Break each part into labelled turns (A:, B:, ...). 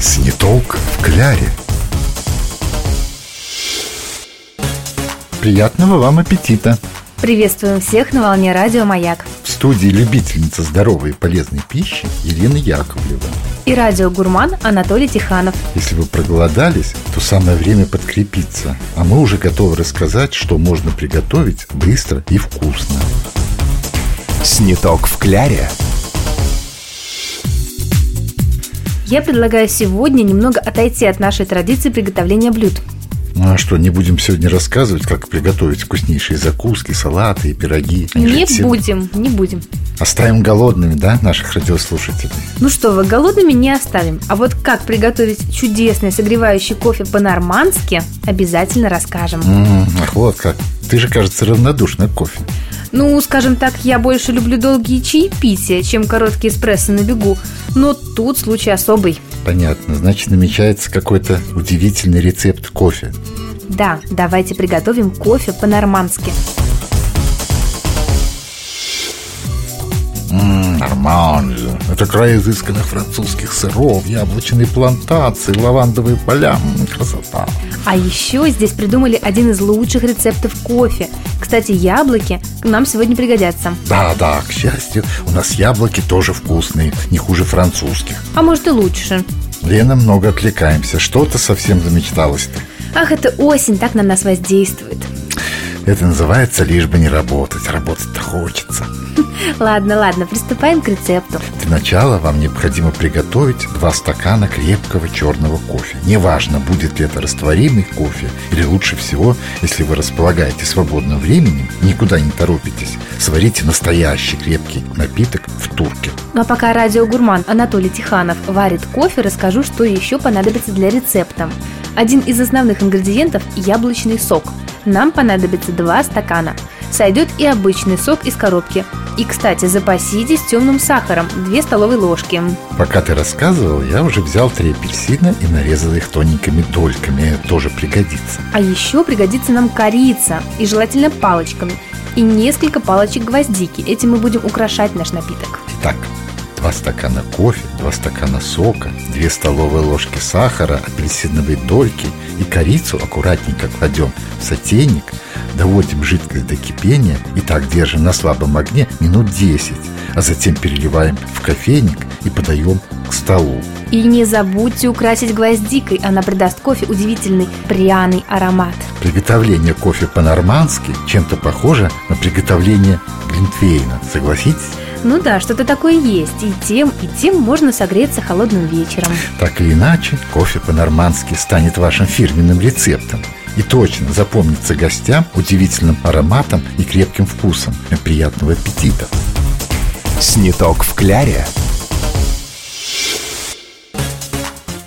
A: Снитолк в Кляре. Приятного вам аппетита!
B: Приветствуем всех на волне радио «Маяк»
A: В студии любительница здоровой и полезной пищи Елена Яковлева.
B: и радиогурман Анатолий Тиханов.
A: Если вы проголодались, то самое время подкрепиться. А мы уже готовы рассказать, что можно приготовить быстро и вкусно.
C: Сниток в кляре.
B: Я предлагаю сегодня немного отойти от нашей традиции приготовления блюд.
A: Ну а что, не будем сегодня рассказывать, как приготовить вкуснейшие закуски, салаты и пироги? Они же
B: не
A: все-
B: будем, не будем.
A: Оставим голодными, да, наших радиослушателей?
B: Ну что вы, голодными не оставим. А вот как приготовить чудесный согревающий кофе по-нормански, обязательно расскажем.
A: М, Ах, вот как. Ты же, кажется, равнодушна к кофе.
B: Ну, скажем так, я больше люблю долгие чаепития, чем короткие эспрессо на бегу. Но тут случай особый.
A: Понятно. Значит, намечается какой-то удивительный рецепт кофе.
B: Да, давайте приготовим кофе по-нормански.
A: М, Ммм, Нормально. же. Это край изысканных французских сыров, яблочные плантации, лавандовые поля. М, Красота.
B: А еще здесь придумали один из лучших рецептов кофе. Кстати, яблоки к нам сегодня пригодятся.
A: Да-да, к счастью, у нас яблоки тоже вкусные, не хуже французских.
B: А может и лучше.
A: Лена, много отвлекаемся. Что-то совсем замечталось-то.
B: Ах, это осень так на нас воздействует.
A: Это называется лишь бы не работать. Работать-то хочется.
B: Ладно, ладно, приступаем к рецепту.
A: Для начала вам необходимо приготовить 2 стакана крепкого черного кофе. Неважно, будет ли это растворимый кофе или лучше всего, если вы располагаете свободным временем, никуда не торопитесь, сварите настоящий крепкий напиток в турке.
B: Ну а пока радиогурман Анатолий Тиханов варит кофе, расскажу, что еще понадобится для рецепта. Один из основных ингредиентов – яблочный сок. Нам понадобится 2 стакана. Сойдет и обычный сок из коробки. И, кстати, запаситесь темным сахаром – 2 столовые ложки.
A: Пока ты рассказывал, я уже взял три апельсина и нарезал их тоненькими дольками. Это тоже пригодится.
B: А еще пригодится нам корица, и желательно палочками, и несколько палочек гвоздики. Этим мы будем украшать наш напиток.
A: Итак, 2 стакана кофе, 2 стакана сока, 2 столовые ложки сахара, апельсиновые дольки и корицу аккуратненько кладем в сотейник, доводим жидкость до кипения и так держим на слабом огне минут 10, а затем переливаем в кофейник и подаем к столу.
B: И не забудьте украсить гвоздикой, она придаст кофе удивительный пряный аромат.
A: Приготовление кофе по-нормански чем-то похоже на приготовление глинтвейна, согласитесь?
B: Ну да, что-то такое есть, и тем, и тем можно согреться холодным вечером.
A: Так или иначе, кофе по-нормански станет вашим фирменным рецептом и точно запомнится гостям удивительным ароматом и крепким вкусом. Приятного аппетита!
C: Сниток в кляре.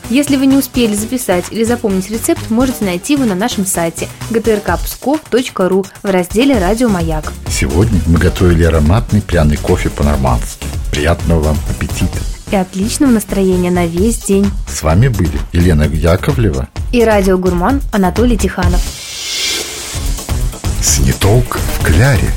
B: Если вы не успели записать или запомнить рецепт, можете найти его на нашем сайте gtrkpskov.ru в разделе «Радио Маяк».
A: Сегодня мы готовили ароматный пряный кофе по-нормански. Приятного вам аппетита!
B: И отличного настроения на весь день.
A: С вами были Елена Яковлева,
B: И радиогурман Анатолий Тиханов.
A: Снитолк в Кляре.